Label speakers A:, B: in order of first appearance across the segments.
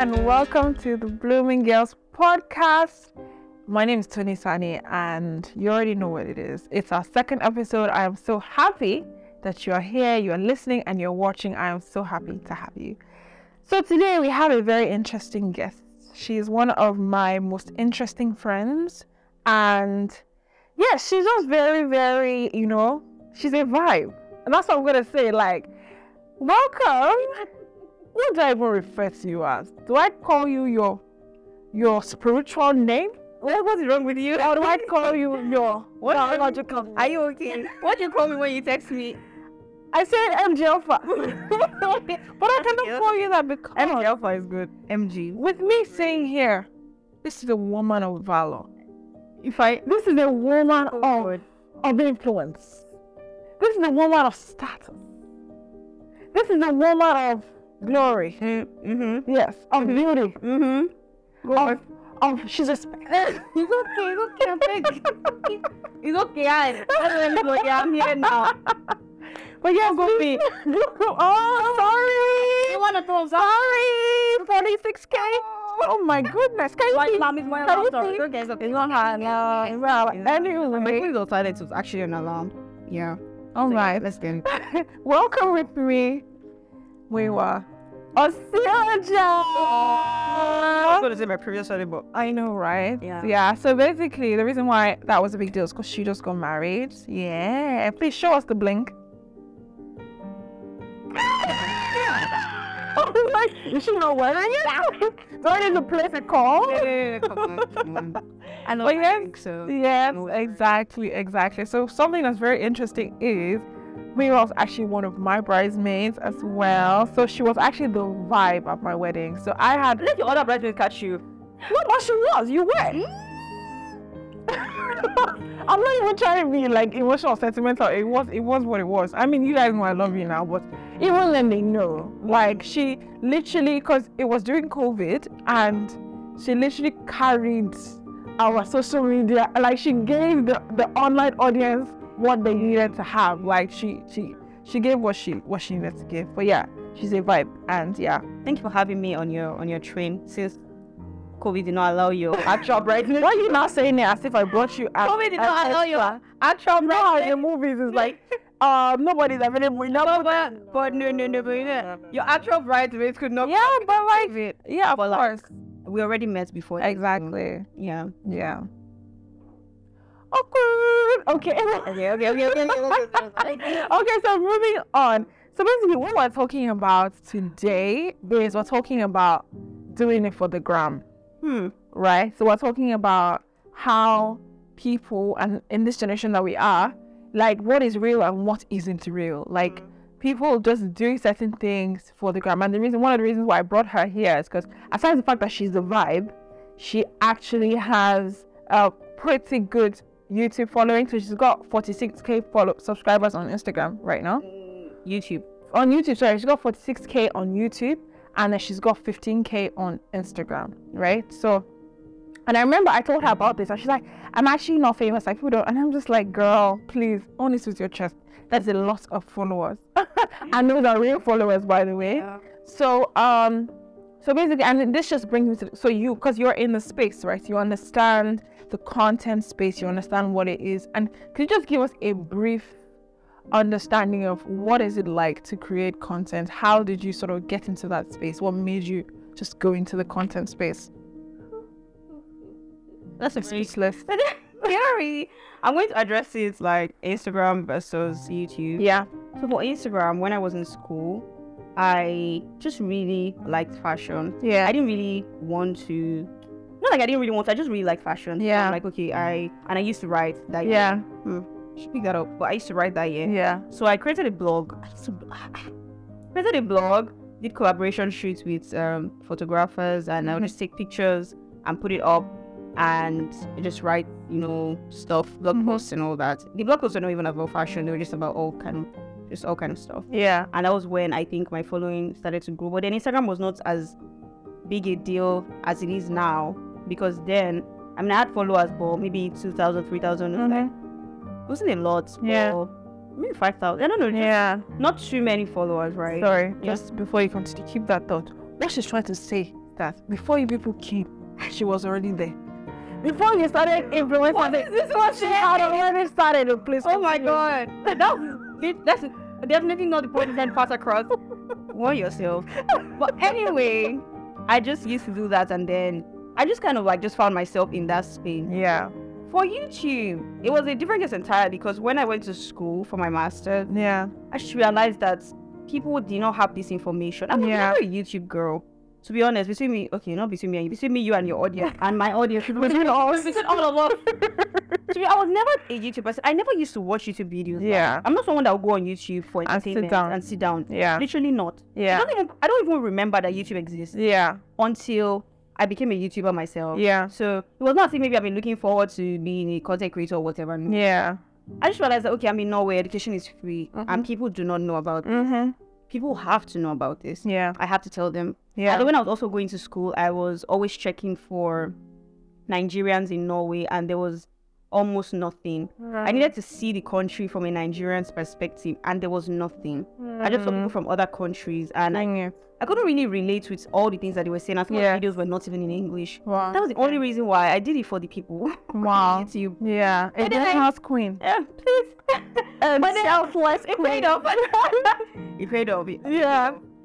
A: and welcome to the Blooming Girls podcast. My name is Tony Sani, and you already know what it is. It's our second episode. I am so happy that you are here, you are listening, and you're watching. I am so happy to have you. So, today we have a very interesting guest. She is one of my most interesting friends, and yeah, she's just very, very, you know, she's a vibe. And that's what I'm going to say. Like, welcome. What do I even refer to you as? Do I call you your your spiritual name? What, what is wrong with you? Or do I call you your
B: What
A: No,
B: do you-
A: what do you call me?
B: Are you okay? What do you call me when you text me?
A: I said MG Alpha. but I cannot call you that because
B: Alpha is good. MG.
A: with me saying here, this is a woman of valor.
B: If I
A: This is a woman of,
B: God.
A: of influence. This is a woman of status. This is a woman of glory.
B: mm-hmm.
A: Yes, of beauty.
B: Mm-hmm. Go
A: Of,
B: on.
A: of she's a spe-
B: it's okay, it's okay, I beg. it's okay, I I don't know, yeah, I'm here now.
A: But yeah, go be. oh,
B: You
A: sorry.
B: wanna throw some
A: Sorry, 46k. Oh my goodness. Can you
B: Why
A: please-
B: mom is wearing
A: can you
B: a sorry.
A: please-
B: It's okay, it's okay. It's not her. No,
A: Well,
B: My
A: anyway,
B: phone was silent, it was actually an alarm. Yeah.
A: all right.
B: Let's get it.
A: Welcome with me. We were
B: I was
A: Osceola.
B: gonna say my previous story, but
A: I know, right?
B: Yeah.
A: Yeah. So basically, the reason why that was a big deal is because she just got married. Yeah. Please show us the blink. I was like, is she not wearing it? Going in the place a call?
B: I know.
A: Well, yeah.
B: so.
A: Yes,
B: No worries.
A: exactly, exactly. So something that's very interesting is Mira was actually one of my bridesmaids as well. So she was actually the vibe at my wedding. So I had
B: Let your other bridesmaid catch you.
A: no, but she was. You were. I'm not even trying to be like emotional, sentimental. It was, it was what it was. I mean, you guys know I love you now, but even then they know. Like she literally, because it was during COVID, and she literally carried our social media. Like she gave the, the online audience what they needed to have. Like she, she, she gave what she, what she needed to give. But yeah, she's a vibe, and yeah.
B: Thank you for having me on your on your train since COVID did not allow your actual brightness.
A: Why are you not saying it as if I brought you as
B: COVID did
A: as
B: not allow your actual
A: You know how in the
B: brightness.
A: movies it's like, um, nobody's available. No,
B: No, but, but no, no, no, but yeah. your actual brightness could not.
A: yeah, but like,
B: COVID.
A: yeah, of
B: But like-
A: course,
B: We already met before.
A: exactly,
B: Yeah.
A: yeah. Awkward. Okay.
B: Okay, okay, okay, okay. okay.
A: okay, so moving on. So basically, what we're talking about today is we're talking about doing it for the gram.
B: hmm.
A: right? So we're talking about how people and in this generation that we are, like what is real and what isn't real. Like people just do certain things for the gram. And the reason one of the reasons why I brought her here is because aside from the fact that she's the vibe, she actually has a pretty good YouTube following. So she's got 46k follow- subscribers on Instagram right now
B: YouTube.
A: on YouTube, sorry, she's got 46k on YouTube and then she's got 15k on Instagram, right? So, and I remember I told her about this and she's like, I'm actually not famous, like people don't, and I'm just like, girl, please, own this with your chest. That's a lot of followers. and those are real followers, by the way.
B: Yeah.
A: So, um, so basically, and this just brings me to so you because you're in the space, right? You understand the content space, you understand what it is, and could you just give us a brief understanding of what is it like to create content? How did you sort of get into that space? What made you just go into the content space?
B: That's a
A: Speechless.
B: Scary. I'm going to address it like Instagram versus YouTube.
A: Yeah.
B: So for Instagram, when I was in school, I just really liked fashion.
A: Yeah.
B: I didn't really want to. Not like I didn't really want. To, I just really liked fashion. So
A: Yeah.
B: I'm like okay, I and I used to write that. year.
A: Yeah.
B: Should pick Mm. that up. But I used to write that year.
A: Yeah.
B: So I created a blog. I used to, created a blog. Did collaboration shoots with um, photographers, and I would just take pictures and put it up, and just write you know stuff, blog
A: Mhm.
B: posts and all that. The blog posts were not even about fashion; they were just about all kind, of, just all kind of stuff
A: Yeah.
B: and that was when I think my following started to grow. But then Instagram was not as big a deal as it is now because then I mean I had followers, but maybe 2,000, 3,000, it was like- it wasn't a lot.
A: Mm-hmm. Yeah.
B: or maybe five thousand. I don't know. just
A: Yeah.
B: not too many followers, right?
A: Sorry.
B: Yeah.
A: Just before you continue, keep that thought. What she's trying to say that before you people came, she was already there. Before you started influencing,
B: What is this one
A: she had already started a place.
B: Oh my god. That's that's definitely not the point I'm trying to pass across. Warn yourself. But anyway, I just used to do that and then I just kind of like just found myself in that space.
A: Yeah,
B: For YouTube, it was a different case entirely because when I went to school for my master's,
A: yeah,
B: I just realized that people did not have this information. I'm
A: Yeah.
B: never a YouTube girl. To be honest, between me, okay, not between me and you, between me, you and your audience, and my audience, between all, between all of us. to be, I was never a YouTube person. I never used to watch YouTube videos.
A: Yeah.
B: I'm not someone that will go on YouTube for
A: And sit
B: entertainment
A: down.
B: and sit down.
A: Yeah.
B: literally not.
A: Yeah.
B: I don't even, I don't even remember that YouTube exists
A: yeah,
B: until I became a YouTuber myself.
A: yeah,
B: So it was not saying maybe I've been looking forward to being a content creator or whatever. No.
A: yeah.
B: I just realized that okay, I'm in Norway, education is free,
A: Mm-hmm.
B: and people do not know about.
A: Mhm.
B: People have to know about this.
A: Yeah,
B: I have to tell them.
A: Yeah.
B: And when I was also going to school, I was always checking for Nigerians in Norway, and there was almost nothing. I
A: Mm.
B: needed to see the country from a Nigerian's perspective, and there was nothing. I just saw
A: Mm. Mm-hmm.
B: people from other countries, and I,
A: Dang it.
B: I couldn't really relate with all the things that they were saying. I think
A: Yeah.
B: the videos were not even in English.
A: Wow.
B: That was the only reason why I did it for the people.
A: Wow.
B: YouTube.
A: Yeah, a
B: And then I-
A: dead house queen.
B: Yeah, please. Um, selfless it paid off. it paid off.
A: Yeah.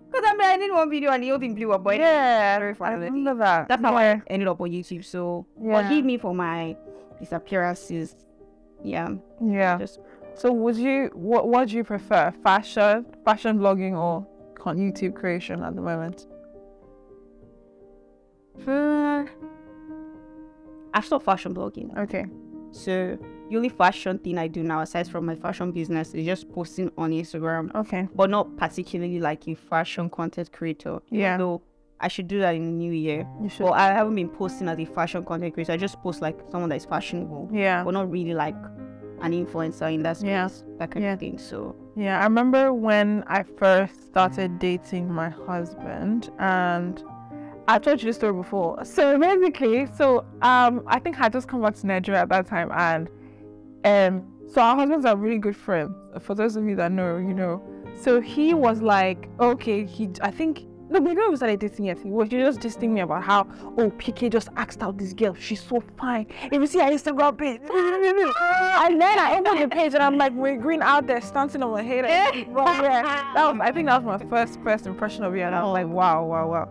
B: Because I mean, I did one video and the whole thing blew up, but yeah,
A: I remember that.
B: that's how
A: Yeah.
B: I ended up on YouTube. So
A: Yeah.
B: forgive me for my disappearances. Yeah,
A: Yeah.
B: just
A: So would you what what do you prefer? Fashion, fashion blogging or con- YouTube creation at the moment?
B: for. I stopped fashion blogging.
A: Okay.
B: So the only fashion thing I do now, aside from my fashion business, is just posting on Instagram,
A: Okay.
B: but not particularly like a fashion content creator.
A: Yeah.
B: So I should do that in the new year.
A: You should
B: Well, I haven't been posting as a fashion content creator. I just post like someone that is fashionable,
A: Yeah.
B: but not really like an influencer in that space,
A: Yeah.
B: that kind
A: Yeah.
B: of thing. So
A: Yeah. I remember when I first started dating my husband and I've told you this story before. So basically, so um I think I had just come back to Nigeria at that time and um so our husbands are really good friends. For those of you that know, you know. So he was like, okay, he I think no, we don't even started dating yet. He was just dissing me about how, oh, PK just asked out this girl. She's so fine. If you see her Instagram page, and then I opened the page and I'm like, we're green out there, stancing on my head. Well, yeah, that was. I think that was my first first impression of you, and I was like, wow, wow, wow,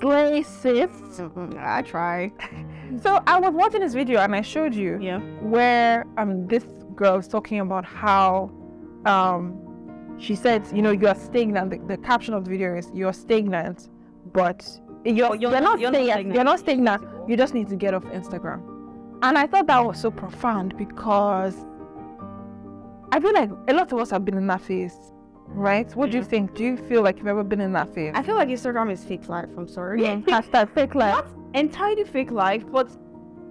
A: slay sis.
B: mm, I try.
A: So I was watching this video and I showed you
B: Yeah.
A: where um this girl was talking about how um she said, you know, you are stagnant. The, the caption of the video is you're stagnant, but you're,
B: But
A: you're,
B: you're
A: not,
B: not- you're not
A: stagnant.
B: stagnant.
A: You're not stagnant. You just need to get off Instagram. And I thought that was so profound because I feel like a lot of us have been in that phase, right? What do you think? Do you feel like you've ever been in that phase?
B: Mm-hmm. I feel like Instagram is fake life. I'm sorry.
A: Yeah, hashtag fake life.
B: Not entirely fake life, but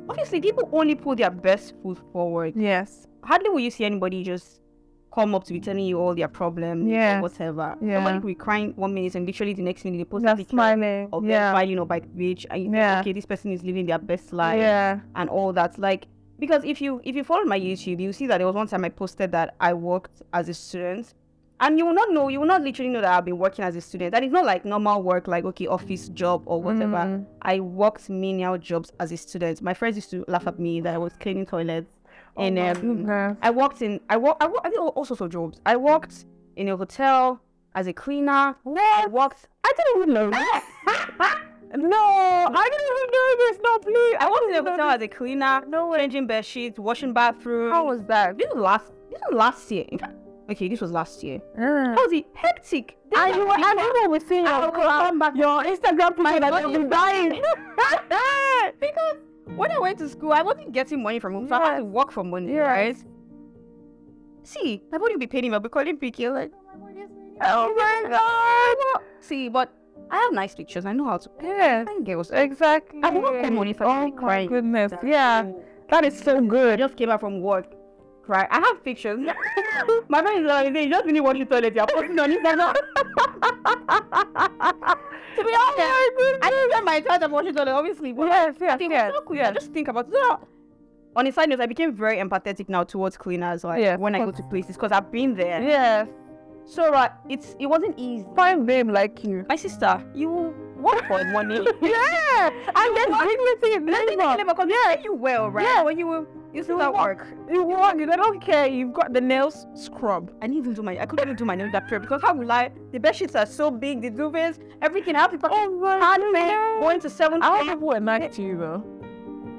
B: obviously people only put their best foot forward.
A: Yes.
B: Hardly will you see anybody just come up to be telling you all their problems
A: Yeah.
B: or whatever.
A: Yeah.
B: Somebody could be crying one minute and literally the next minute they post a
A: That's
B: picture
A: smiling.
B: of them
A: Yeah.
B: smiling or by the beach and you think,
A: Yeah.
B: okay, this person is living their best life.
A: Yeah.
B: and all that. Like because if you if you follow my YouTube, you see that there was one time I posted that I worked as a student. And you will not know, you will not literally know that I've been working as a student. And it's not like normal work, like okay, office job or whatever.
A: Mm.
B: I worked menial jobs as a student. My friends used to laugh at me that I was cleaning toilets.
A: Oh
B: and
A: my
B: um,
A: goodness.
B: I worked in, I worked, I worked, I did all, all sorts of jobs. I worked in a hotel as a cleaner. I worked.
A: I didn't even know. this. no, I didn't even know this. No, please.
B: I worked in a
A: didn't know
B: hotel as a cleaner. No changing bed sheets, washing bathrooms.
A: this. How was that?
B: This was last. This was last year. In fact, okay, this was last year.
A: Mm.
B: That was it. Hectic. This
A: And you were, and people were seeing
B: I
A: your,
B: will come back.
A: your Instagram picture that
B: body
A: you've been dying.
B: because when I went to school, I wasn't getting money from home, so I had to work for money,
A: Yes.
B: right? See, I wouldn't be paying him. I'll be calling PK like,
A: Oh my god.
B: see, but I have nice pictures. I know how to.
A: Yes,
B: I girls.
A: exactly.
B: I won't pay money for
A: Oh my
B: crying.
A: goodness. Yeah, that is so
B: I
A: good.
B: just came out from work. Cry. I have pictures. My friend is like, "They just really want you toilet. You're posting on Instagram. to be honest, I didn't get my child of washing toilet, obviously. But
A: Oh Yes, yes,
B: I think
A: yes,
B: it's so cool.
A: yes.
B: Just think about it. No. On a side note, I became very empathetic now towards cleaners like
A: Yes,
B: when I go
A: of
B: to places because I've been there.
A: Yes,
B: So right, it's it wasn't easy.
A: find them like you.
B: My sister, you work for money.
A: yeah, and then
B: work.
A: dignity in
B: Let me
A: labor.
B: labor because yeah. you well, right?
A: Yeah.
B: When you were you still
A: You
B: at
A: work.
B: work.
A: You want it? I don't care. You've got the nails scrubbed.
B: I didn't even do my I couldn't even do my nails that period because how will I the bed sheets are so big, the duvets, everything I have to pack
A: Oh my
B: handmade, going to seven
A: I don't know what nice to you though.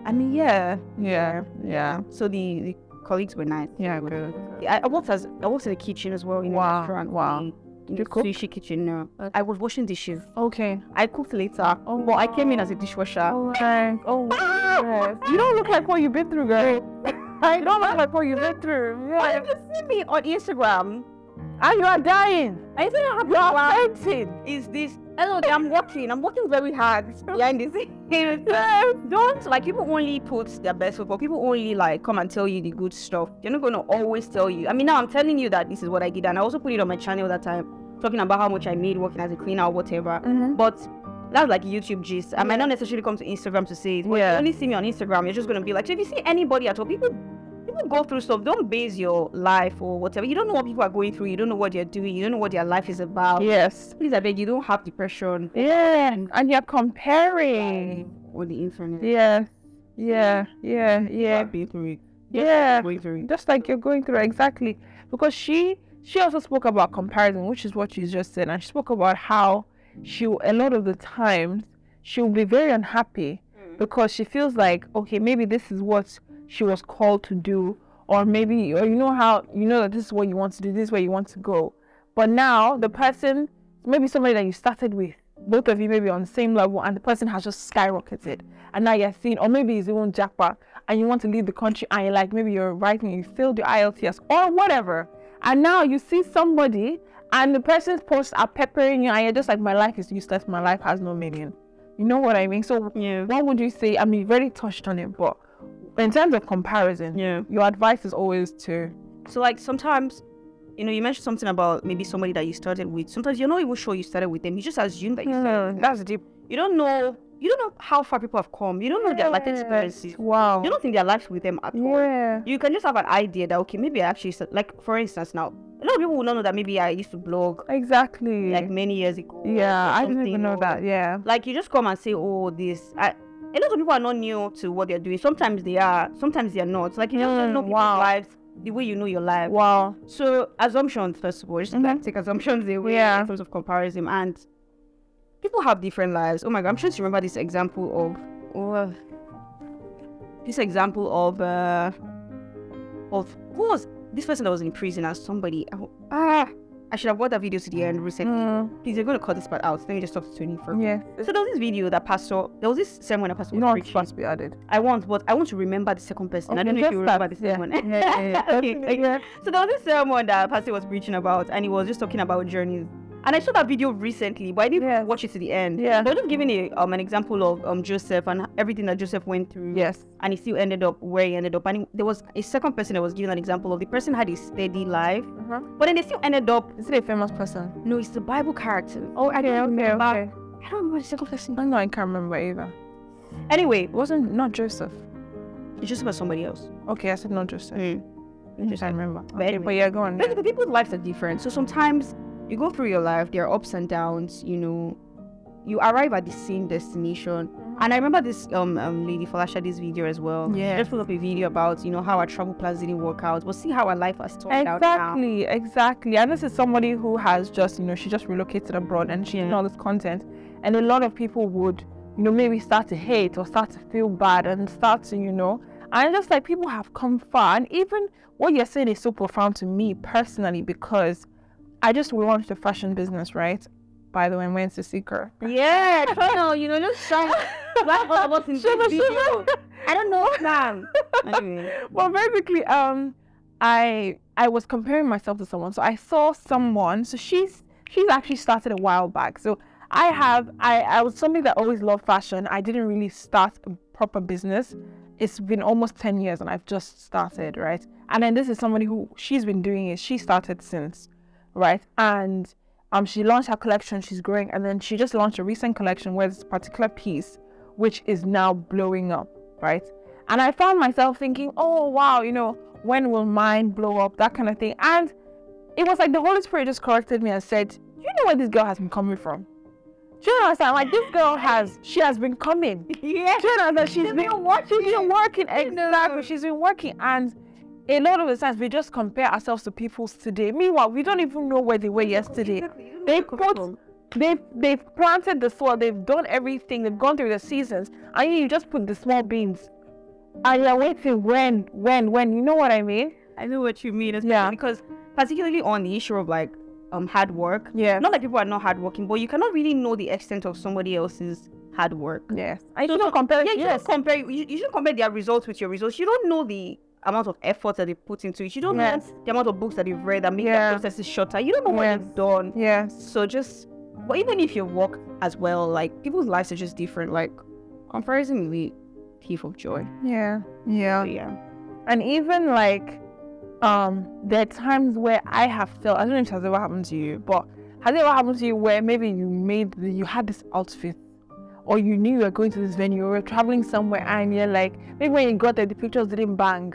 B: I mean yeah.
A: Yeah, yeah,
B: So the, the colleagues were nice.
A: yeah. Good.
B: I, I worked as I worked in the kitchen as well in
A: Wow,
B: the restaurant.
A: wow.
B: in- In the
A: you cook?
B: sushi kitchen, no. I was washing dishes.
A: Okay.
B: I cooked later. Oh, but I came in as a dishwasher.
A: Oh, my- oh yes. You don't look like what you've been through, girl. I don't look like what you've been through.
B: But
A: Yeah.
B: if you see me on Instagram,
A: And you are dying.
B: I think I have
A: You are
B: wow,
A: fainting.
B: is this hello there, I'm working. I'm working very hard behind the scenes. Don't like people only put their best foot, but people only like come and tell you the good stuff. They're not gonna always tell you. I mean now I'm telling you that this is what I did and I also put it on my channel that time, talking about how much I made working as a cleaner or whatever.
A: Mm-hmm.
B: But that's like YouTube gist. I might not necessarily come to Instagram to say it. But if
A: Yeah.
B: you only see me on Instagram, you're just gonna be like, so if you see anybody at all, people people go through stuff. Don't base your life or whatever. You don't know what people are going through. You don't know what they're doing. You don't know what their life is about.
A: Yes.
B: Please, I beg you, don't have depression
A: Yeah. And you're comparing.
B: on the internet.
A: Yeah. Yeah. Yeah. Yeah.
B: been through it.
A: Yeah.
B: Going through
A: Just like you're going through exactly. Because she she also spoke about comparison, which is what you just said, and she spoke about how she a lot of the times she'll be very unhappy because she feels like okay maybe this is what she was called to do or maybe or you know how you know that this is what you want to do this is where you want to go but now the person maybe somebody that you started with both of you maybe on the same level and the person has just skyrocketed and now you're seeing or maybe it's even jackpot and you want to leave the country and you're like maybe you're writing you failed your IELTS or whatever and now you see somebody and the person's posts are peppering you and you're just like my life is useless my life has no meaning you know what I mean so
B: Yeah.
A: what would you say? I mean, you've already touched on it, but in terms of comparison,
B: Yeah.
A: your advice is always to
B: So like sometimes, you know, you mentioned something about maybe somebody that you started with. Sometimes you're not even sure you started with them. You just assume that you started with them.
A: that's deep.
B: You don't know. You don't know how far people have come. You don't know their life experiences.
A: Wow.
B: You don't think their lives with them at all.
A: yeah.
B: You can just have an idea that okay, maybe I actually sta- like for instance now, a lot of people will not know that maybe I used to blog
A: Exactly.
B: like many years ago.
A: yeah,
B: or
A: I didn't
B: something,
A: even know
B: or-
A: that. Yeah.
B: Like you just come and say, oh, this. I, a lot of people are not new to what they're doing. Sometimes they are. Sometimes they are not. Like you just don't
A: Mm,
B: know people's
A: wow.
B: lives the way you know your life.
A: Wow.
B: So assumptions, first of all, just like
A: Mhm.
B: take assumptions away
A: Yeah.
B: in terms of comparison. And people have different lives. Oh my god, I'm sure you remember this example of oh, this example of uh of who was this person that was in prison as somebody oh, ah I should have watched that video to the end recently.
A: Mm,
B: Please, you're gonna cut this part out. Let me just talk to Tony for a minute.
A: yeah.
B: So there was this video that Pastor, there was this sermon that Pastor
A: You
B: was
A: know what's
B: preaching.
A: supposed to be added.
B: I want, but I want to remember the second person. I
A: Okay,
B: don't know if
A: just
B: you remember
A: that.
B: the
A: Yeah.
B: second one.
A: Yeah, yeah, yeah.
B: okay,
A: Definitely,
B: okay.
A: yeah.
B: So there was this sermon that Pastor was preaching about, and he was just talking about journeys. And I saw that video recently, but I didn't
A: Yes.
B: watch it to the end.
A: Yeah.
B: But just giving a, um, an example of um, Joseph and everything that Joseph went through.
A: Yes.
B: And he still ended up where he ended up. And he- there was a second person that was giving an example of the person had a steady life, but then they still ended up.
A: Is it a famous person?
B: No, it's the Bible character.
A: Oh, I don't
B: Okay,
A: remember.
B: okay. I don't remember the second person.
A: I know I can't remember either.
B: Anyway,
A: It wasn't not Joseph.
B: it's just about somebody else.
A: Okay, I said not Joseph. I just can't remember.
B: Hmm. But
A: okay,
B: anyway.
A: but yeah, go on.
B: Basically, people's lives are different. So sometimes you go through your life, there are ups and downs, you know. You arrive at the same destination. And I remember this um, um lady Falasha this video as well.
A: Yeah.
B: I just put up a video about, you know, how our travel plans didn't work out. But see how our life has turned out now.
A: Exactly, exactly. And this is somebody who has just, you know, she just relocated abroad and she's doing all this content. And a lot of people would, you know, maybe start to hate or start to feel bad and start to, you know, and just like people have come far. And even what you're saying is so profound to me personally because I just launched a fashion business, right? By the way, I'm wearing Sissy
B: Yeah, try now, you know, just try. Why all of us in
A: Shiver,
B: this video?
A: shiver.
B: I don't know, ma'am. Anyway.
A: well, basically, um, I I was comparing myself to someone. So I saw someone. So she's she's actually started a while back. So I have I I was somebody that always loved fashion. I didn't really start a proper business. It's been almost ten years, and I've just started right. And then this is somebody who she's been doing it. She started since, right? And um, she launched her collection. She's growing, and then she just launched a recent collection where this particular piece, which is now blowing up, right? And I found myself thinking, oh wow, you know, when will mine blow up? That kind of thing. And it was like the Holy Spirit just corrected me and said, you know where this girl has been coming from. Do you understand? Like this girl has she has been coming.
B: yeah.
A: Do you understand? She's
B: They've
A: been
B: been watching.
A: She's been working
B: know.
A: exactly. She's been working, and a lot of the times we just compare ourselves to people's today. Meanwhile, we don't even know where they were yesterday. They put they've they've planted the soil. They've done everything. They've gone through the seasons, and you just put the small beans, and you're waiting when when when. You know what I mean?
B: I know what you mean.
A: Yeah.
B: Yeah. Because particularly on the issue of like um hard work.
A: Yeah.
B: Not like people are not hardworking, but you cannot really know the extent of somebody else's hard work.
A: Yes. I
B: So-
A: don't
B: so-
A: compare.
B: Yeah, you
A: yes.
B: shouldn't compare. You, you should compare their results with your results. You don't know the amount of effort that they put into it. You don't
A: Yes.
B: know the amount of books that they've read that make
A: Yeah.
B: their processes shorter. You don't know what
A: Yes.
B: they've done.
A: Yes.
B: So just, but even if you work as well, like people's lives are just different. Like comparison is the thief of joy.
A: Yeah. Yeah.
B: So yeah.
A: and even like um there are times where i have felt i don't know if it has ever happened to you but has it ever happened to you where maybe you made you had this outfit or you knew you were going to this venue or you were traveling somewhere and you're like maybe when you got there the pictures didn't bang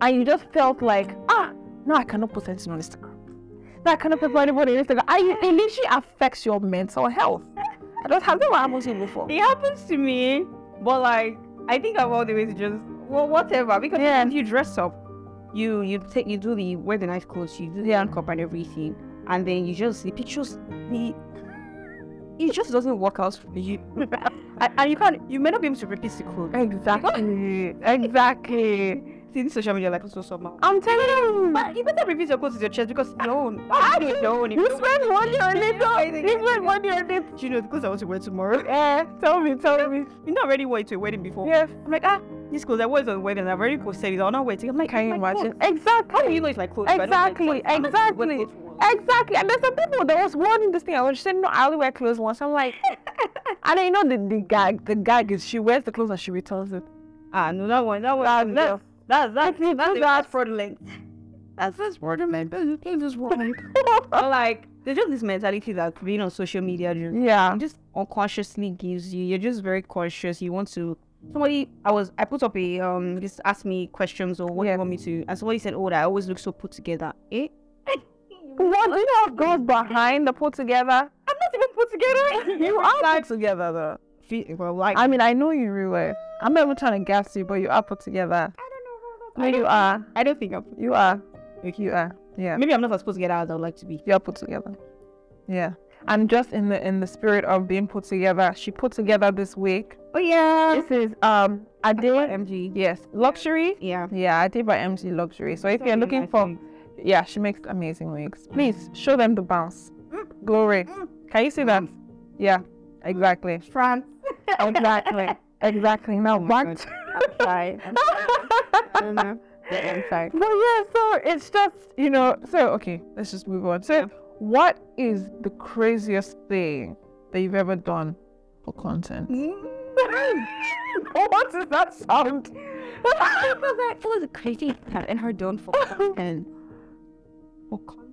A: and you just felt like ah now i cannot post anything on instagram now i cannot put anybody on instagram I, it literally affects your mental health i don't have that ever happened to you before
B: It happens to me, but like I think I've always just well whatever because
A: Yeah.
B: if you dress up, you you take you do the wear the nice clothes, you do the handcuff and everything, and then you just the pictures the it just doesn't work out for you, and, and you can't you may not be able to repeat the clothes.
A: exactly exactly
B: See, this social media like so somehow.
A: i'm telling you
B: But you better repeat your clothes with your chest because no, I don't know.
A: You spend money on it, though. You spend money on it.
B: Do you know the clothes I want to wear tomorrow?
A: Yeah, tell me, tell me.
B: You know, I already wore it to a wedding before.
A: Yeah.
B: I'm like, ah, these clothes I wore it on the wedding. I've already posted it. I'm not waiting. I'm like,
A: Can you
B: it's my
A: imagine?
B: clothes. How do
A: Exactly.
B: you know it's my clothes? but I don't
A: Exactly.
B: like clothes? I don't know what
A: Exactly.
B: clothes were.
A: Exactly. And there's some people that was wearing this thing. I was saying, no, I only wear clothes once. I'm like, and then you know the, the gag, the gag is she wears the clothes and she returns it.
B: Ah, no, that one, that one.
A: That's-
B: That,
A: that's-
B: that, that, that,
A: that's-
B: that's fraudulent. That's that's fraudulent. That's that's wrong. But like, there's just this mentality that being on social media just
A: yeah.
B: just unconsciously gives you. You're just very conscious. You want to. Somebody, I was, I put up a um, just asked me questions or what do
A: Yeah.
B: you want me to, and somebody said, "Oh, that I always look so put together." Eh? I'm
A: What you know what goes behind the put together?
B: not even put together.
A: You are put together though.
B: Fe- well, like
A: I mean, I know you really were. I'm not even trying to gas you, but you are put together. No, you are.
B: I don't think I'm.
A: You are. You are. Yeah.
B: Maybe I'm not as put together as I would like to be.
A: you're put together. Yeah. And just in the in the spirit of being put together, she put together this week.
B: Oh yeah.
A: This is um a day
B: MG.
A: yes luxury.
B: Yeah.
A: Yeah, I did by MG Luxury. So if you're looking for yeah, she makes amazing wigs. Please show them the bounce. Glory. Can you see that? Yeah, exactly.
B: France.
A: Exactly. Exactly. Now back
B: God.
A: to
B: sorry. don't know. I'm sorry.
A: Well, yeah, so it's just, you know, so okay, let's just move on. So,
B: Yeah.
A: what is the craziest thing that you've ever done for content? Oh, what does that sound?
B: it was crazy and her done for content. For content.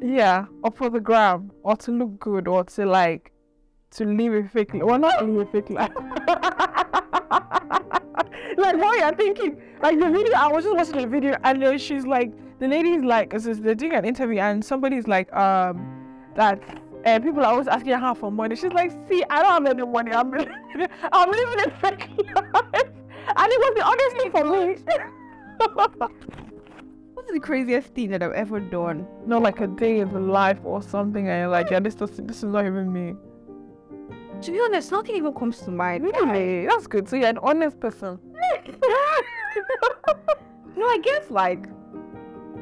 A: yeah, or for the gram, or to look good, or to like, to live a fake life. Well, not live a fake life. like, what you're thinking, like the video, I was just watching the video, and uh, she's like, the lady's like, it's just- they're doing an interview, and somebody's like, um, that uh, people are always asking her for money. She's like, see, I don't have any money. I'm, I'm living a fake life. And it was the honestly for me.
B: What's the craziest thing that I've ever done?
A: No, like a day in the life or something, and you're like, yeah, this doesn't, this is not even me.
B: To be honest, nothing even comes to mind.
A: Really? That's good. So you're an honest person.
B: no, I guess like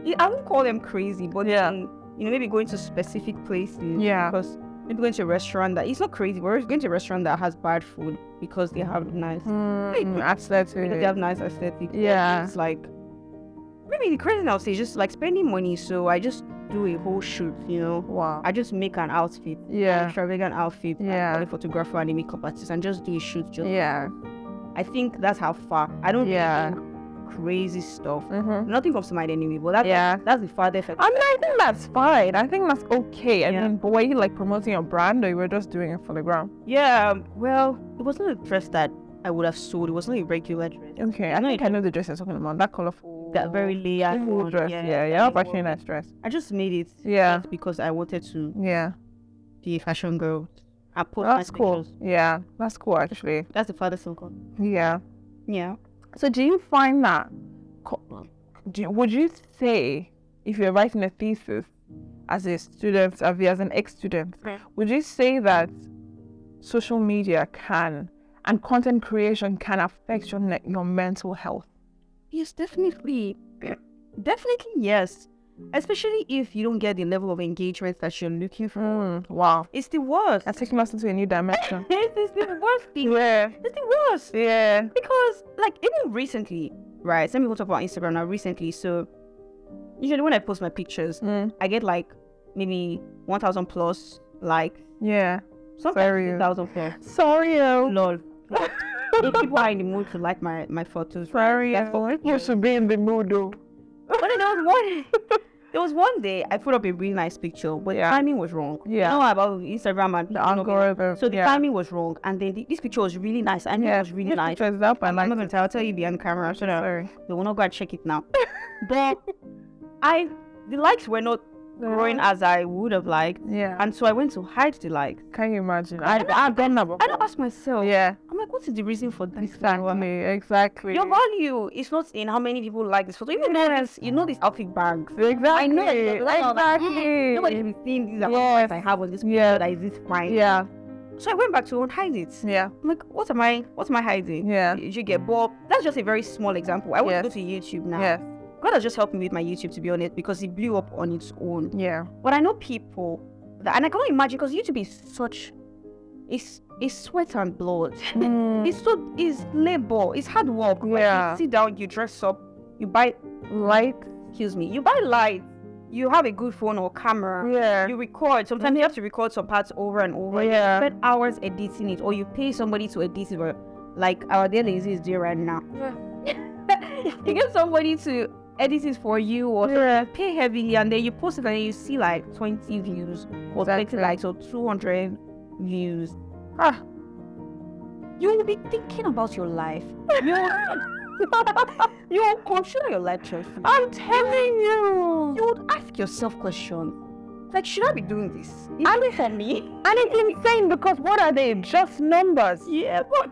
B: yeah, I won't call them crazy, but
A: Yeah.
B: um, you know, maybe going to specific places.
A: Yeah.
B: Because maybe going to a restaurant that it's not crazy, but it's going to a restaurant that has bad food because they have nice
A: Mm,
B: because they
A: athletic.
B: have nice aesthetic. but
A: Yeah.
B: It's like maybe the crazy thing I'll say is just like spending money, so I just do a whole shoot, you know.
A: Wow.
B: I just make an outfit.
A: Yeah.
B: Extravagant outfit. I
A: Yeah.
B: call a photographer and a makeup artist and just do a shoot just
A: Yeah.
B: I think that's how far. I don't
A: Yeah.
B: yeah. crazy stuff.
A: Mm-hmm.
B: Nothing comes to mind anyway, but that's,
A: Yeah.
B: that's the farthest. I-
A: I mean, I think that's fine. I think that's okay. I
B: Yeah.
A: mean, but were you like promoting your brand or you were just doing it for the gram?
B: yeah, um, well, it wasn't a dress that I would have sold. It wasn't a regular dress.
A: Okay. I
B: No,
A: think I know the dress you're talking about. That colorful.
B: That very layered one,
A: dress. Yeah. Yeah.
B: that
A: That's
B: one.
A: actually a nice dress.
B: I just made it
A: Yeah.
B: just because I wanted to
A: Yeah.
B: be a fashion girl. I put my
A: Oh, That's cool.
B: pictures.
A: Yeah, that's cool actually.
B: That's the father's uncle.
A: Yeah.
B: Yeah.
A: So do you find that? co- Do, you- would you say if you're writing a thesis as a student, as as an ex-student,
B: Mm.
A: would you say that social media can and content creation can affect your ne- your mental health?
B: Yes, definitely. definitely yes. Especially if you don't get the level of engagement that you're looking for.
A: Mm, wow,
B: It's the worst.
A: that's taking us into a new dimension.
B: it's the worst thing.
A: yeah,
B: It's the worst.
A: yeah.
B: Because like even recently, right? Some people talk about Instagram now recently. So usually when I post my pictures,
A: Mm,
B: I get like maybe one thousand plus like
A: yeah. Sorry.
B: sometimes thousand plus.
A: Sorry, oh.
B: Lol. if people are in the mood to like my, my photos,
A: Sorry,
B: that's
A: oh.
B: what-
A: You should be in the mood, though.
B: But then there was one. There was one day I put up a really nice picture, but
A: Yeah.
B: the timing was wrong.
A: Yeah.
B: You know about Instagram and
A: The algorithm.
B: So the
A: yeah.
B: timing was wrong, and then the, this picture was really nice. I knew it
A: yeah.
B: was really
A: This
B: nice.
A: picture is up, I
B: I'm
A: like
B: not gonna tell. I'll tell you behind camera. So that
A: Sorry.
B: they will not go and check it now. but I, the likes were not growing as I would have liked,
A: Yeah.
B: and so I went to hide the likes.
A: Can you imagine? I, I've done that
B: I
A: before.
B: don't ask myself.
A: Yeah,
B: I'm like, what is the reason for this?
A: exactly, exactly.
B: Your value is not in how many people like this photo. Even notice, you know, this outfit bags.
A: Exactly.
B: I know it, but that's all that-
A: exactly.
B: Nobody can be seeing these
A: Yes.
B: outfits I have on this
A: Yes.
B: picture that is this fine.
A: Yeah,
B: So I went back to and hide it.
A: yeah,
B: I'm like, what am I what am I hiding?
A: yeah,
B: Did you get bored? That's just a very small example. I want
A: Yes.
B: to go to YouTube now.
A: yeah,
B: God has just helped me with my YouTube to be honest because it blew up on its own.
A: yeah.
B: But I know people that and I cannot imagine because YouTube is such it's it's sweat and blood.
A: Mm,
B: It's so it's labor, it's hard work. Like,
A: Yeah.
B: you sit down, you dress up, you buy
A: Light.
B: excuse me, you buy lights, you have a good phone or camera.
A: Yeah,
B: you record. Sometimes you have to record some parts over and over.
A: Yeah.
B: You spend hours editing it, or you pay somebody to edit it. Or, like our dear lazy is doing right now. you get somebody to edit it for you, or
A: yeah,
B: pay heavily, and then you post it, and then you see like 20 views, or 30 likes, or 200 views.
A: Ah.
B: You will be thinking about your life. You will- you will consider your life choices
A: I'm telling you.
B: Ah. you would ask yourself questions like, should I be doing this? Is I'm for me.
A: And it's insane because what are they? Just numbers.
B: Yeah, but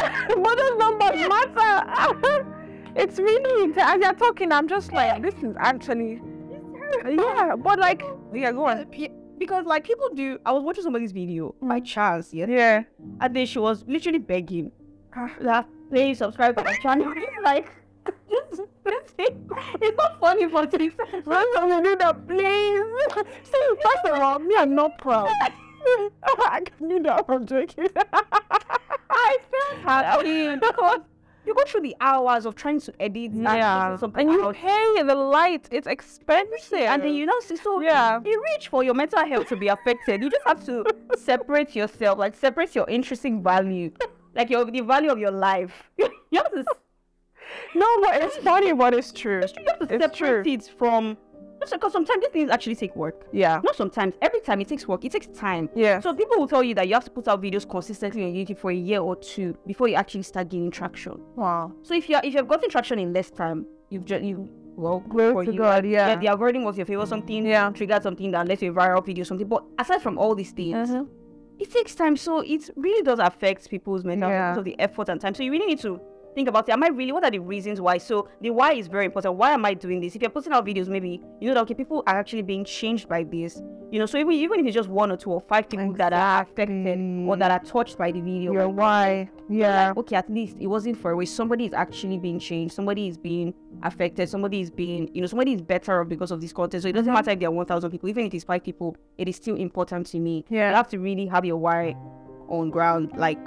A: what does numbers matter? it's really inte- as you're talking, I'm just like, this is actually. Yeah, but like, yeah, go on. Mm.
B: because like people do. I was watching somebody's video by chance, yeah,
A: Yeah. Ah.
B: and then she was literally begging, that please subscribe to my channel. like, this, this thing, it's not funny for this.
A: Please, I'm gonna do that, please. See, first of all, me, I'm not proud. I can do that. I'm joking.
B: I felt happy because you go through the hours of trying to edit, and
A: Yeah.
B: post some
A: And you
B: out,
A: pay the light. It's expensive.
B: and then you now see so
A: Yeah.
B: you reach for your mental health to be affected. You just have to separate yourself, like separate your intrinsic value, like your the value of your life. you have to,
A: No, but it's funny, but it's true.
B: you have to
A: It's true.
B: separate it from. Because sometimes these things actually take work.
A: Yeah.
B: Not sometimes. Every time it takes work. It takes time.
A: Yeah.
B: So people will tell you that you have to put out videos consistently on YouTube for a year or two before you actually start gaining traction.
A: Wow.
B: So if you if you've gotten traction in less time, you've just you well
A: Glory
B: good for
A: to
B: you. uh,
A: God, yeah.
B: the algorithm was your favor, something
A: Yeah.
B: triggered something that led to a viral video, something. But aside from all these things,
A: Uh-huh. Mm-hmm.
B: it takes time. So it really does affect people's mental
A: Yeah.
B: health because of the effort and time. So you really need to think about it. Am I really? What are the reasons why? So the why is very important. Why am I doing this? If you're posting out videos, maybe you know that okay, people are actually being changed by this. You know, so even even if it's just one or two or five people that are affected or
A: Exactly.
B: that are touched by the video,
A: Your why. Yeah.
B: okay, at least it wasn't for a waste. Somebody is actually being changed. Somebody is being affected. Somebody is being, you know, somebody is better off because of this content. So it doesn't matter if there are 1,000 people, even if it's five people, it is still important to me.
A: Yeah.
B: You have to really have your wire on ground, like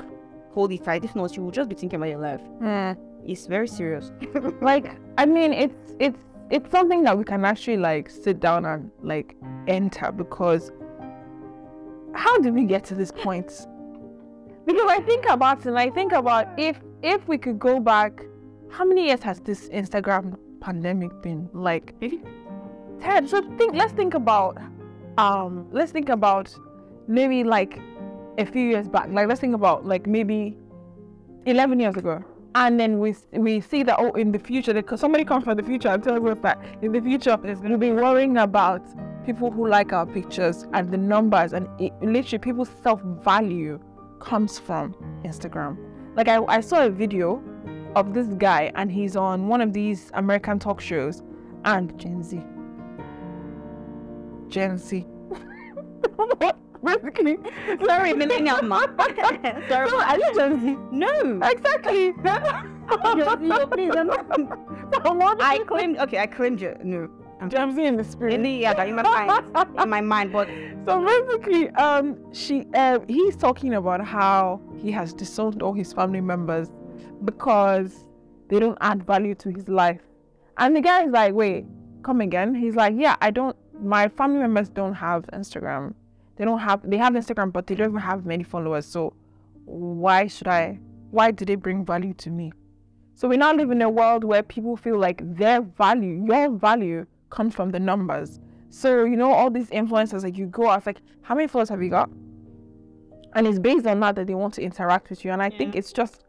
B: hold it tight. If not, you will just be thinking about your life.
A: Mm.
B: It's very serious.
A: Like, I mean, it's it's it's something that we can actually like sit down and like enter because how did we get to this point? Because I think about it and I think about if if we could go back, how many years has this Instagram pandemic been? Like Ted, so think let's think about um let's think about maybe like a few years back. Like let's think about like maybe eleven years ago. And then we we see that oh in the future because somebody comes from the future and tells us that in the future is gonna be worrying about people who like our pictures and the numbers and it, literally people's self-value comes from Instagram. Like I, I saw a video of this guy and he's on one of these American talk shows and Gen Z. Gen Z. Basically,
B: Sorry, millennial mom. Sorry.
A: no, I love Gen Z.
B: No.
A: Exactly.
B: Gen Z, oh, please, I'm not- I
A: I
B: claimed. Okay, I claimed you. No. I'm-
A: Gen Z in the spirit.
B: In the yeah, that in my mind, in my mind, but
A: So basically, um, she, uh, he's talking about how he has disowned all his family members because they don't add value to his life. And the guy is like, "Wait, come again?" He's like, "Yeah, I don't. My family members don't have Instagram. They don't have. They have Instagram, but they don't even have many followers. So why should I? Why do they bring value to me?" So we now live in a world where people feel like their value, your value, comes from the numbers. So you know all these influencers, like you go out, it's like how many followers have you got? And it's based on that that they want to interact with you. And I think it's just,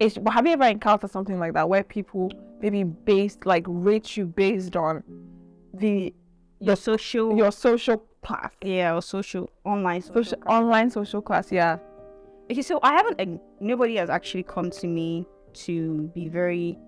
A: it's. But have you ever encountered something like that where people maybe based like rate you based on the
B: your social,
A: your social class,
B: yeah, or social online social.
A: social online social class? Yeah.
B: Okay, so I haven't. ag- Nobody has actually come to me to be very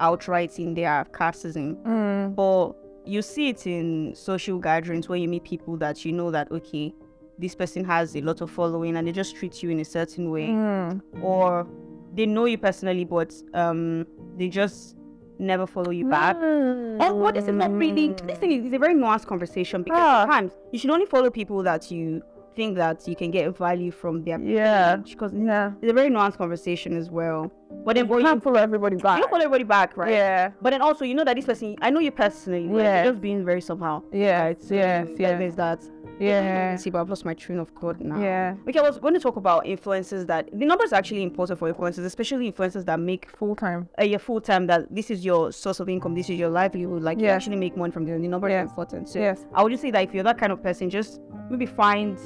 B: outright in their casteism,
A: Mm,
B: but you see it in social gatherings where you meet people that you know that okay, this person has a lot of following and they just treat you in a certain way,
A: mm.
B: or they know you personally but um they just never follow you back.
A: Mm.
B: Oh, what is it not really? This thing is it's a very nuanced conversation because
A: Ah.
B: sometimes you should only follow people that you think that you can get value from their
A: Yeah.
B: because
A: Yeah.
B: it's a very nuanced conversation as well. But then
A: You
B: you,
A: can't
B: you
A: follow everybody back.
B: don't follow everybody back, right?
A: Yeah.
B: But then also you know that this person, I know you personally, but
A: Yeah.
B: you're just being very somehow.
A: Yeah. Yes.
B: Like,
A: Yes.
B: There's that.
A: Yeah.
B: See, but I've lost my train of thought now.
A: Yeah.
B: Okay, I was going to talk about influences that the numbers are actually important for influences, especially influences that make
A: Full time.
B: uh, your full time that this is your source of income, this is your livelihood, like you
A: Yeah.
B: actually make money from the, the number
A: Yeah.
B: is important. So
A: Yes.
B: I would just say that if you're that kind of person, just maybe find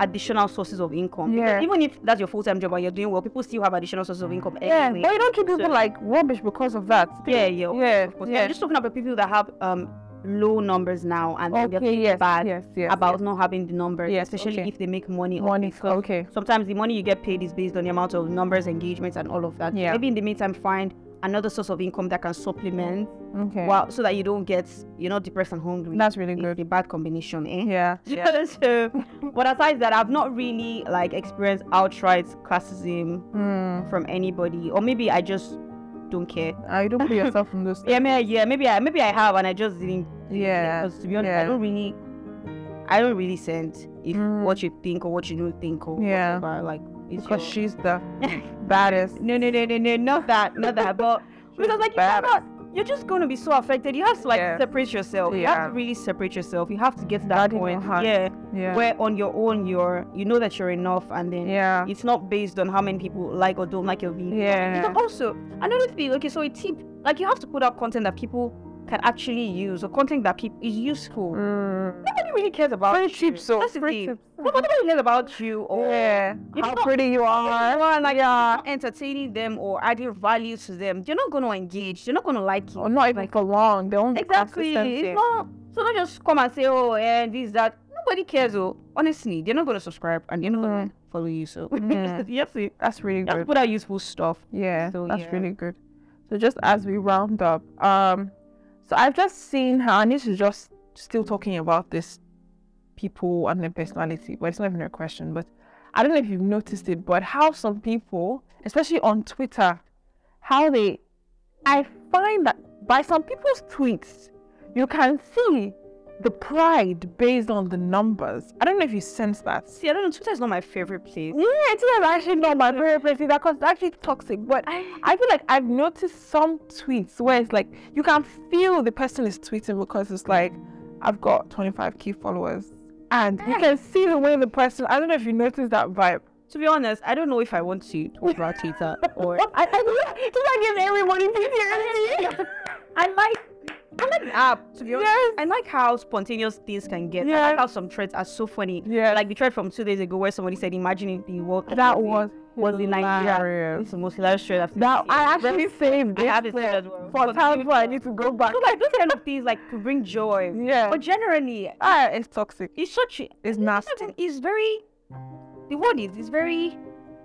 B: additional sources of income. Because
A: Yeah.
B: Even if that's your full time job and you're doing well, people still have additional sources of income
A: Yeah,
B: anyway.
A: but you don't keep people
B: So-
A: like rubbish because of that.
B: yeah, yeah, of
A: yeah,
B: course.
A: yeah.
B: I'm just talking about people that have um low numbers now and they're
A: Okay,
B: feeling
A: yes,
B: bad
A: yes, yes.
B: about not having the numbers,
A: Yes,
B: especially
A: okay.
B: if they make money.
A: yes.
B: off
A: money.
B: it. 'Cause
A: Okay.
B: sometimes the money you get paid is based on the amount of numbers, engagements, and all of that.
A: Yeah.
B: Maybe in the meantime, find another source of income that can supplement
A: Okay.
B: while so that you don't get you're not depressed and hungry.
A: That's really
B: It's
A: good.
B: a bad combination, eh?
A: Yeah.
B: so, but aside that, I've not really like experienced outright classism
A: Mm.
B: from anybody, or maybe I just don't care.
A: Ah, you don't put yourself in those.
B: Yeah, maybe, yeah, maybe I maybe I have, and I just didn't.
A: Yeah.
B: Because to be honest, I
A: yeah.
B: don't really, I don't really sense if
A: Mm.
B: what you think or what you don't think or
A: Yeah.
B: whatever. Like it's
A: Because
B: your-
A: she's the baddest.
B: No, no, no, no, no, not that, not that. But because like you
A: bad.
B: cannot, you're just going to be so affected. You have to like
A: Yeah.
B: separate yourself. You have
A: Yeah.
B: to really separate yourself. You have to get to that
A: Guard your
B: point,
A: heart.
B: yeah,
A: Yeah.
B: where on your own you're, you know that you're enough, and then
A: yeah.
B: it's not based on how many people like or don't like your video.
A: Yeah.
B: Because also another thing, okay, so a tip, like you have to put out content that people can actually use or content that people is useful.
A: Mm.
B: Nobody really cares about
A: Free
B: you.
A: tips, so
B: Oh, That's the
A: free
B: thing.
A: tips.
B: Nobody really cares about you or
A: Yeah.
B: It's
A: How
B: not-
A: pretty you are.
B: Everyone, like you're not entertaining them or adding value to them, they're not gonna engage. They're not gonna like you.
A: Or not even for long. They don't.
B: exactly. It's not. So don't just come and say, oh, and this that. Nobody cares. Oh, honestly, they're not gonna subscribe and they're not gonna follow you. So
A: Mm.
B: you have to you
A: That's really
B: have to
A: good.
B: put out useful stuff.
A: Yeah,
B: So,
A: that's
B: yeah.
A: really good. So just as we round up, um, so I've just seen her, and this is just still talking about this people and their personality, but it's not even a question. But I don't know if you've noticed it, but how some people, especially on Twitter, how they, I find that by some people's tweets, you can see the pride based on the numbers. I don't know if you sense that.
B: See, I don't know. Twitter is not my favorite place.
A: Yeah, it's not actually not my favorite place either because it's actually toxic. But I feel like I've noticed some tweets where it's like you can feel the person is tweeting because it's like I've got 25k followers, and you can see the way the person. I don't know if you noticed that vibe.
B: To be honest, I don't know if I want to talk about Twitter or
A: I, I it's like if everybody PTSD.
B: I like I like the app to be honest.
A: Yes.
B: I like how spontaneous things can get. I
A: Yes.
B: like how some threads are so funny.
A: Yes.
B: Like the thread from two days ago where somebody said, "Imagine if the world."
A: That was
B: was in Nigeria.
A: Hilarious.
B: It's the most hilarious show I've seen.
A: Now
B: this year.
A: I actually saved
B: I
A: this
B: have it
A: clip
B: saved as well.
A: for
B: But
A: times
B: you-
A: where I need to go back.
B: So like those kind of things like to bring joy.
A: Yeah.
B: But generally,
A: Ah, it's toxic.
B: it's such
A: It's
B: It's,
A: nasty.
B: very the word is it's very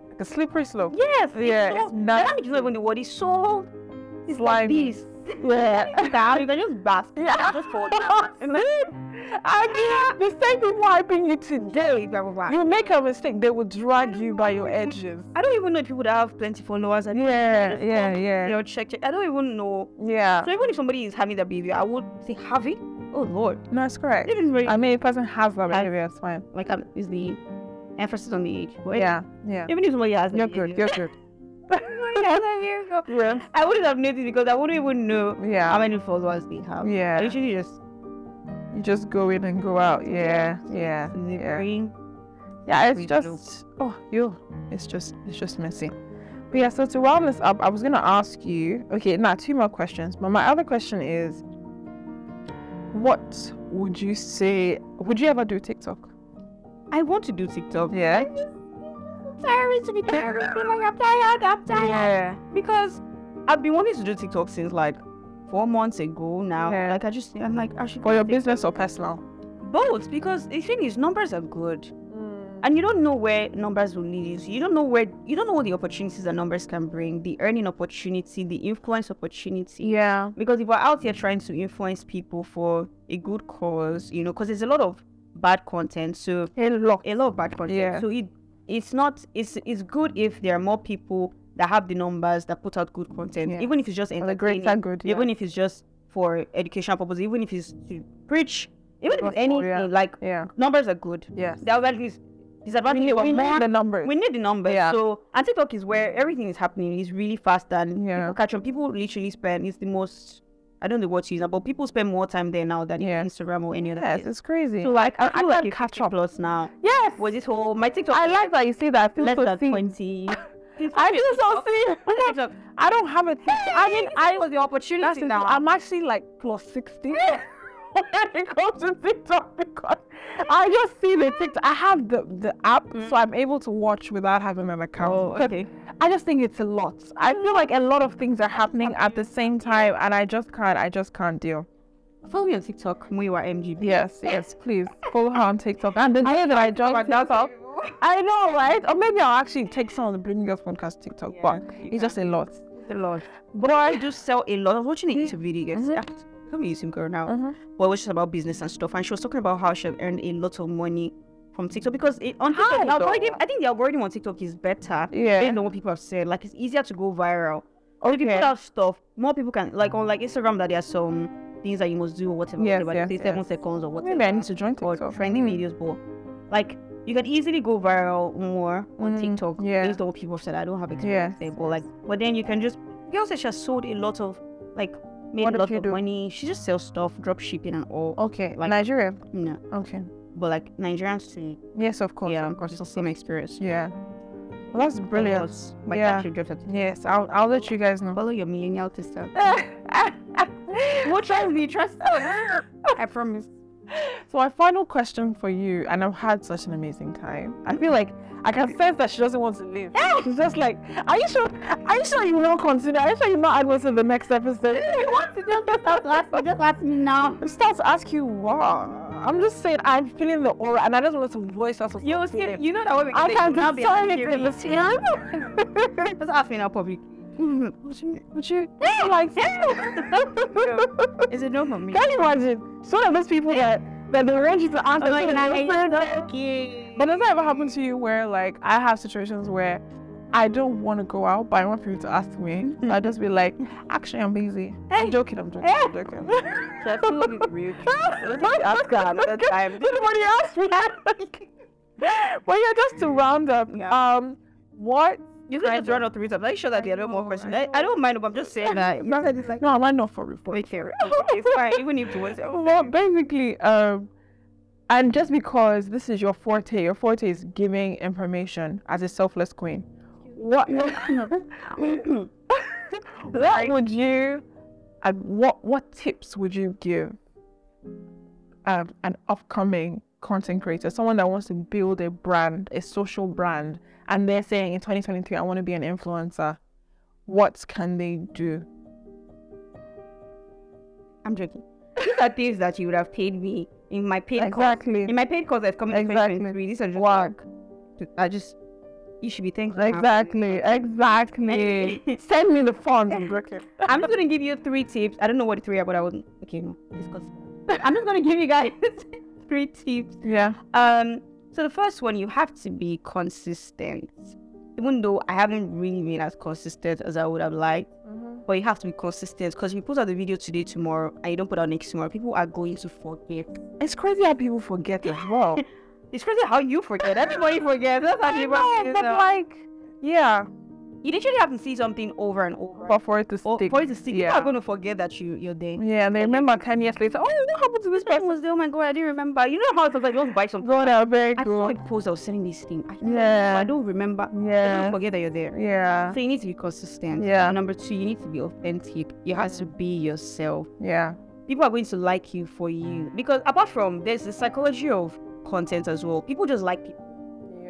A: Like a slippery slope.
B: yes.
A: Yeah,
B: It's so,
A: it's nasty.
B: I don't even know when the word is so. It's like
A: Slimy.
B: this.
A: Yeah.
B: Down, you can just bask.
A: Yeah.
B: Just fold.
A: I mean, the same people hyping you today.
B: Blah, blah, blah.
A: You make a mistake, they will drag you by your edges.
B: I don't even know if people that have plenty followers and
A: Yeah,
B: just
A: yeah,
B: you
A: yeah,
B: know check check. I don't even know.
A: yeah.
B: So even if somebody is having that behavior, I would say have it. Oh lord,
A: No, it's correct.
B: this is very
A: I mean, if a person has that behavior, it's fine.
B: like um, is the emphasis on the age. But
A: Yeah, yeah.
B: Even if somebody has that
A: You're good.
B: behavior-
A: You're good.
B: Somebody has that behavior.
A: Yeah.
B: I wouldn't have noticed because I wouldn't even know how
A: Yeah.
B: many followers they have. I
A: Yeah.
B: literally just
A: You just go in and go out. Yeah. Yeah. Yeah.
B: yeah.
A: Yeah.
B: We
A: It's just oh you. It's just it's just messy. But yeah. So to round this up, I was gonna ask you. Okay. Now two more questions. But my other question is, what would you say? Would you ever do TikTok?
B: I want to do TikTok.
A: Yeah.
B: Tired to be tired. Like I'm tired. I'm tired.
A: Yeah.
B: because I've been wanting to do TikTok since like four months ago now.
A: Yeah.
B: Like I just I'm like I should
A: For
B: do
A: your
B: TikTok.
A: business or personal?
B: both because the thing is numbers are good and you don't know where numbers will lead you. to. You don't know where you don't know what the opportunities that numbers can bring, the earning opportunity, the influence opportunity.
A: Yeah.
B: Because if we're out here trying to influence people for a good cause, you know, because there's a lot of bad content. So
A: A lot.
B: a lot of bad content.
A: Yeah.
B: So it it's not it's it's good if there are more people that have the numbers that put out good content,
A: Yeah.
B: even if it's just
A: the greater
B: entertaining,
A: good,
B: even if it's just for educational purposes, even if it's to preach, even if it's
A: Gospel,
B: anything
A: yeah.
B: like
A: Yeah.
B: numbers are good.
A: Yes.
B: The advantage is disadvantage.
A: We
B: is we
A: need the numbers.
B: we need the numbers.
A: Yeah.
B: So and TikTok is where everything is happening. It's really fast and
A: Yeah.
B: people catch on. People literally spend. It's the most. I don't know what to use now, but people spend more time there now than
A: Yeah.
B: Instagram or any other.
A: Yes,
B: place.
A: it's crazy.
B: So like I,
A: I
B: feel
A: can't
B: like
A: catch
B: catch
A: up.
B: up plus now.
A: yes.
B: Was this whole my TikTok?
A: I like that you say that. I feel
B: less
A: so
B: than
A: seen.
B: twenty.
A: I feel so seen.
B: TikTok.
A: I don't have a TikTok. I mean, I
B: was the
A: that's
B: opportunity
A: it.
B: now.
A: I'm actually like plus sixty. when it comes to TikTok because I just see the TikTok. I have the, the app, so I'm able to watch without having an account.
B: Mm. Oh,
A: But
B: okay.
A: I just think it's a lot. I feel like a lot of things are happening at the same time, and I just can't. I just can't deal.
B: Follow me on TikTok. Muiwa MGB.
A: Yes, yes, please follow her on TikTok. And the day that I join TikTok, I know, right? Or maybe I'll actually take some of the Bringing Girls podcast TikTok,
B: Yeah,
A: but
B: you
A: it's just a lot.
B: a lot. But I
A: But
B: do sell a lot. I was watching an interview you guys. Come use him girl now.
A: Mhm.
B: Well, it was just about business and stuff, and she was talking about how she had earned a lot of money from TikTok because it, on
A: How
B: TikTok, the
A: though?
B: algorithm, I think the algorithm on TikTok is better.
A: Yeah.
B: based on what people have said. Like it's easier to go viral. Or if you put out stuff, more people can like on like Instagram that there are some things that you must do or whatever.
A: Yes,
B: whatever
A: yes,
B: say seven
A: yes.
B: seconds or whatever.
A: maybe I need to join
B: or
A: TikTok.
B: trending videos, but like you can easily go viral more on
A: Mm,
B: TikTok.
A: yeah.
B: Based on what people have said. I don't have
A: Yes,
B: experience there, but like but then you can just girls that she has sold a lot of like made
A: What
B: a
A: did
B: lot
A: you
B: of
A: do?
B: money. She just sells stuff, drop shipping and all.
A: Okay,
B: Like-
A: Nigeria.
B: You know.
A: Okay.
B: But like Nigerians too.
A: Yes, of course.
B: Yeah,
A: of course.
B: it's the same experience.
A: Yeah. Well, that's brilliant.
B: Like
A: Yeah.
B: actually dropped at-
A: Yes, I'll I'll let you guys know.
B: Follow your millennial sister.
A: so
B: What trust me, trust I promise.
A: my final question for you, and I've had such an amazing time. I feel like I can sense that she doesn't want to leave. She's just like, are you sure? Are you sure you will not continue? Are you sure you're not add us to the next episode?
B: What to do? Just ask me. Just ask me now.
A: I'm starting to ask you why. I'm just saying I'm feeling the aura and I just want to voice out what's
B: You see,
A: happening.
B: you know that what we
A: I
B: say,
A: can
B: you now be
A: decide it
B: angry.
A: in the same.
B: Just ask me now, public.
A: Would you, would you like Can
B: Is it normal me?
A: you imagine? It's one of those people that that they want you to answer.
B: I'm like,
A: so
B: "Nah,
A: they
B: it's
A: say
B: not
A: no."
B: okay.
A: Oh, But does that ever happen to you where like I have situations where I don't want to go out, but I want people to ask me. So I just be like, actually, I'm busy. I'm joking. I'm joking. I'm joking.
B: That's a little bit rude.
A: Don't
B: ask her another time.
A: Nobody asked me. but yeah, just to round up,
B: Yeah.
A: um, what?
B: You could just run out three times. Let me show that there are no more questions. I, I don't mind, but I'm just saying that. Rather it's like,
A: No, am I not for report?
B: wait here. It's fine. Even if it was.
A: well, basically, um, and just because this is your forte, your forte is giving information as a selfless queen. What? what would you? And what what tips would you give um, an upcoming content creator, someone that wants to build a brand, a social brand, and they're saying in 2023, I want to be an influencer, what can they do?
B: I'm joking. These are things that you would have paid me in my paid course.
A: Exactly.
B: In my paid course, I've come in
A: Exactly.
B: 2023. These are just
A: Work.
B: I just, you should be thankful.
A: Exactly. Exactly. Send me the funds. I'm joking.
B: I'm just gonna give you three tips. I don't know what three are, but I would. Okay, no, discuss. I'm just gonna give you guys three tips.
A: Yeah.
B: Um, so the first one, you have to be consistent. Even though I haven't really been as consistent as I would have liked,
A: Mm-hmm.
B: but you have to be consistent because if you put out the video today, tomorrow, and you don't put out next tomorrow, people are going to forget.
A: It's crazy how people forget as well.
B: It's crazy how you forget. Everybody forgets. That's how
A: I
B: people
A: know,
B: feel.
A: but like, yeah.
B: you literally have to see something over and over.
A: But for it to
B: Or-
A: stick.
B: for it to stick, people
A: Yeah.
B: are going to forget that you you're there.
A: yeah, and they remember 10 years later, oh, what happened to this
B: It
A: person?
B: was there, oh my god, I didn't remember. You know how it was like, you want to buy something.
A: God, I beg
B: I saw
A: you.
B: a post I was selling this thing. I, don't
A: Yeah.
B: remember. I don't remember. I don't
A: Yeah.
B: forget that you're there.
A: Yeah.
B: So you need to be consistent.
A: Yeah.
B: Number two, you need to be authentic. You have to be yourself.
A: Yeah.
B: People are going to like you for you. Because apart from there's the psychology of content as well. People just like people.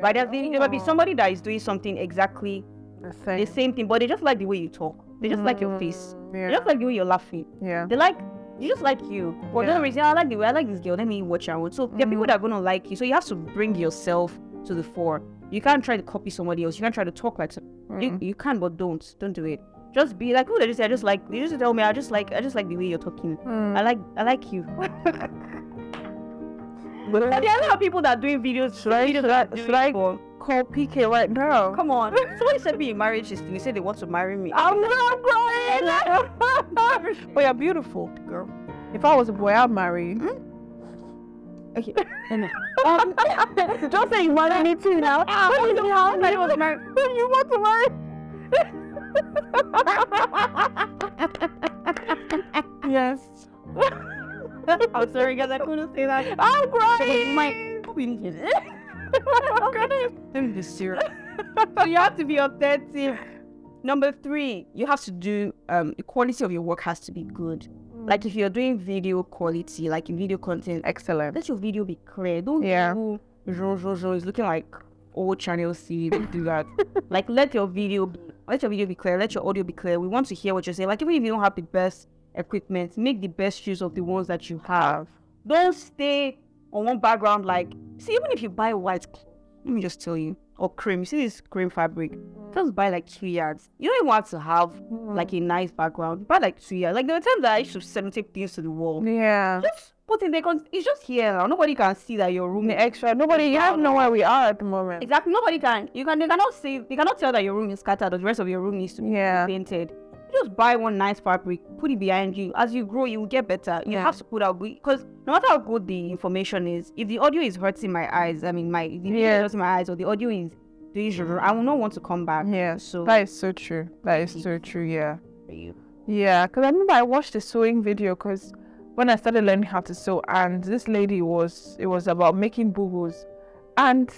B: Right? There there might be somebody that is doing something exactly
A: The
B: the
A: same.
B: same thing, but they just like the way you talk. They just like your face.
A: Mm,
B: They
A: Yeah.
B: just like the way you're laughing.
A: Yeah.
B: They like you just like you. For
A: Yeah.
B: no reason, I like the way I like this girl. Let me watch her out. So there are people
A: Mhm.
B: that are gonna like you. So you have to bring yourself to the fore. You can't try to copy somebody else. You can't try to talk like some- you,
A: Mm.
B: you can, but don't. Don't do it. Just be like, oh, they just I just like they just tell me I just like I just like the way you're talking.
A: Mm.
B: I like I like you.
A: Mm-hmm. But
B: And
A: I
B: there are a lot of people that are doing videos.
A: Should I-
B: videos
A: should I-
B: that are doing
A: should I-
B: for-
A: call PK right now.
B: Come on. Somebody sent me a marriage history. They said they want to marry me.
A: I'm not going. but you're beautiful, girl. If I was a boy, I'd marry. you.
B: Okay.
A: Um, don't say you marry me too now.
B: Ah,
A: What is it now?
B: Somebody was married.
A: You want to marry? Yes.
B: I'm Oh, sorry, guys. I couldn't say that.
A: I'm
B: You
A: crying.
B: might. Let me be serious. so you have to be authentic. Number three, you have to do um the quality of your work has to be good. Like if you're doing video quality, like in video content,
A: Excellent.
B: let your video be clear. Don't
A: Yeah.
B: do jo, jo, jo. It's looking like old channel C. Don't do that. like let your video be let your video be clear. Let your audio be clear. We want to hear what you're saying. Like even if you don't have the best equipment, make the best use of the ones that you have. Don't stay on one background. Like see, even if you buy white, let me just tell you, or cream. You see this cream fabric. Just buy like two yards. You don't even want to have like a nice background. Buy like two yards. Like there were times that I used to send take things to the wall
A: Mm. Yeah.
B: just put in the con- it's just here now. Nobody can see that your room
A: The
B: is
A: extra. Nobody. You have know where we are at the moment.
B: exactly nobody can you can they cannot see they cannot tell that your room is scattered or the rest of your room needs to be
A: Yeah.
B: painted. You just buy one nice fabric, put it behind you. As you grow, you will get better. You
A: Yeah.
B: have to put out good because no matter how good the information is, if the audio is hurting my eyes, I mean my if the video
A: Yeah.
B: is hurting my eyes or the audio is doing zhuzh, I will not want to come back.
A: Yes.
B: So
A: That is so true. That is so true. Yeah.
B: for you.
A: Yeah, because I remember I watched a sewing video because when I started learning how to sew, and this lady was, it was about making boo-boos. And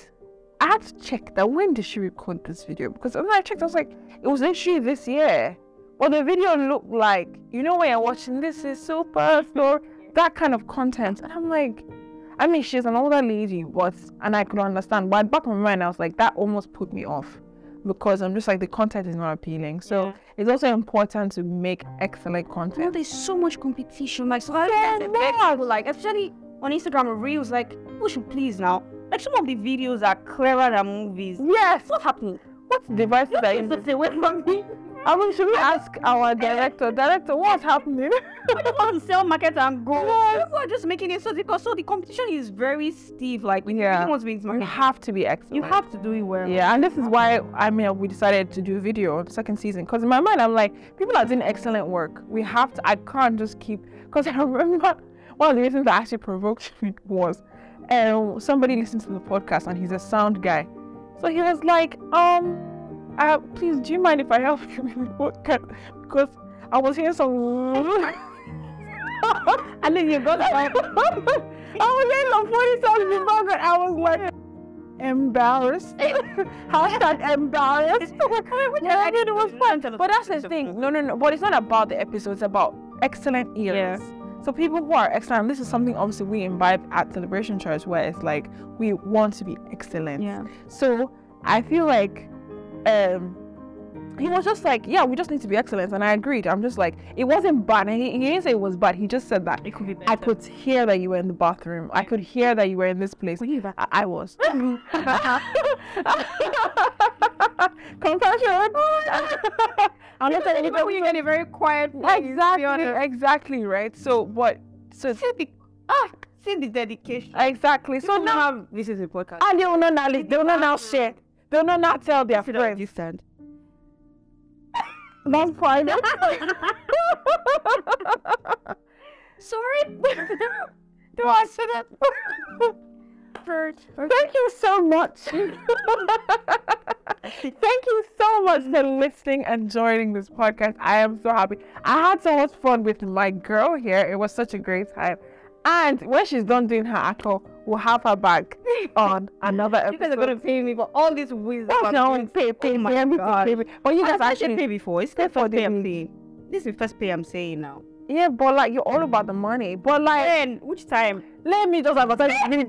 A: I had to check that when did she record this video? Because when I checked, I was like, it was actually this year. Well, the video looked like, you know, when you're watching this is super slow, that kind of content. And I'm like, I mean, she's an older lady, but, and I could understand. But back in my mind, I was like, that almost put me off because I'm just like, the content is not appealing. So,
B: Yeah.
A: it's also important to make excellent
B: Oh,
A: content.
B: there's so much competition. Like, so
A: Yeah,
B: I I beg people, like, especially on Instagram or Reels, like, push please now. Like, some of the videos are clearer than movies.
A: Yes.
B: What's happening?
A: What devices are you?
B: Just away from me.
A: I mean, should we ask our director? Director, what's happening?
B: I just want to sell, market, and go. People are just making it so because so the competition is very steep. Like, when
A: Yeah.
B: you want to be into
A: you
B: market,
A: have to be excellent.
B: you have to do it well.
A: Yeah, and this is why I mean we decided to do video on the second season because in my mind I'm like people are doing excellent work. We have to. I can't just keep because I remember one of the reasons that actually provoked me was um, somebody listened to the podcast and he's a sound guy, so he was like, um, uh, please do you mind if I help you with the podcast because I was hearing some.
B: And then you go
A: I
B: down.
A: was in some 40 songs in Margaret. I was like, embarrassed. Hashtag embarrassed. Yeah, I did. It was fun. But that's the thing. No, no, no. But it's not about the episode. It's about excellent ears. So people who are excellent, this is something obviously we imbibe at Celebration Church where it's like we want to be excellent.
B: Yeah.
A: So I feel like um he was just like, yeah, we just need to be excellent, and I agreed. I'm just like, it wasn't bad, and he, he didn't say it was bad. He just said that
B: It could be better.
A: I could hear that you were in the bathroom. I could hear that you were in this place.
B: Were you back?
A: I, I was. Compassion. I'm not saying
B: Even when
A: anything.
B: you get a very quiet place, to be honest.
A: Exactly, exactly, right? So, what? So,
B: See the ah, see the dedication.
A: Ah, exactly. So
B: People
A: now,
B: have- this is a podcast.
A: and they will not now, they will not now share. They will not now tell their
B: Sit down,
A: friends.
B: you stand.
A: That's fine.
B: Sorry, do I say that? Bird.
A: Thank you so much. Thank you so much for listening and joining this podcast. I am so happy. I had so much fun with my girl here. It was such a great time. And when she's done doing her acro, we'll have her back on another
B: You guys are
A: episode.
B: gonna pay me for all this wisdom.
A: That's
B: I'm
A: your
B: going
A: own pay,
B: to-
A: pay,
B: oh my
A: pay, everything,
B: God.
A: pay, pay. But you
B: I
A: guys
B: actually didn't
A: actually,
B: pay before. It's the
A: for
B: first pay
A: the-
B: I'm saying. This is the first pay I'm saying now.
A: yeah, but like you're all about the money. But like,
B: When? Which time?
A: let me just advertise. I'm gonna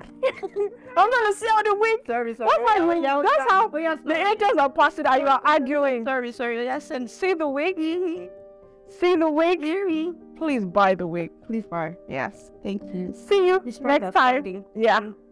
A: sell the week.
B: Sorry, sorry.
A: What's my
B: Oh,
A: wig?
B: yeah,
A: That's
B: yeah.
A: how
B: Oh, yeah,
A: The angels are passing and you are arguing.
B: Sorry, sorry. Yes, and
A: See the wig? See the wig? Please buy the wig.
B: please, bar.
A: Yes.
B: Thank you.
A: See you next time. Yeah.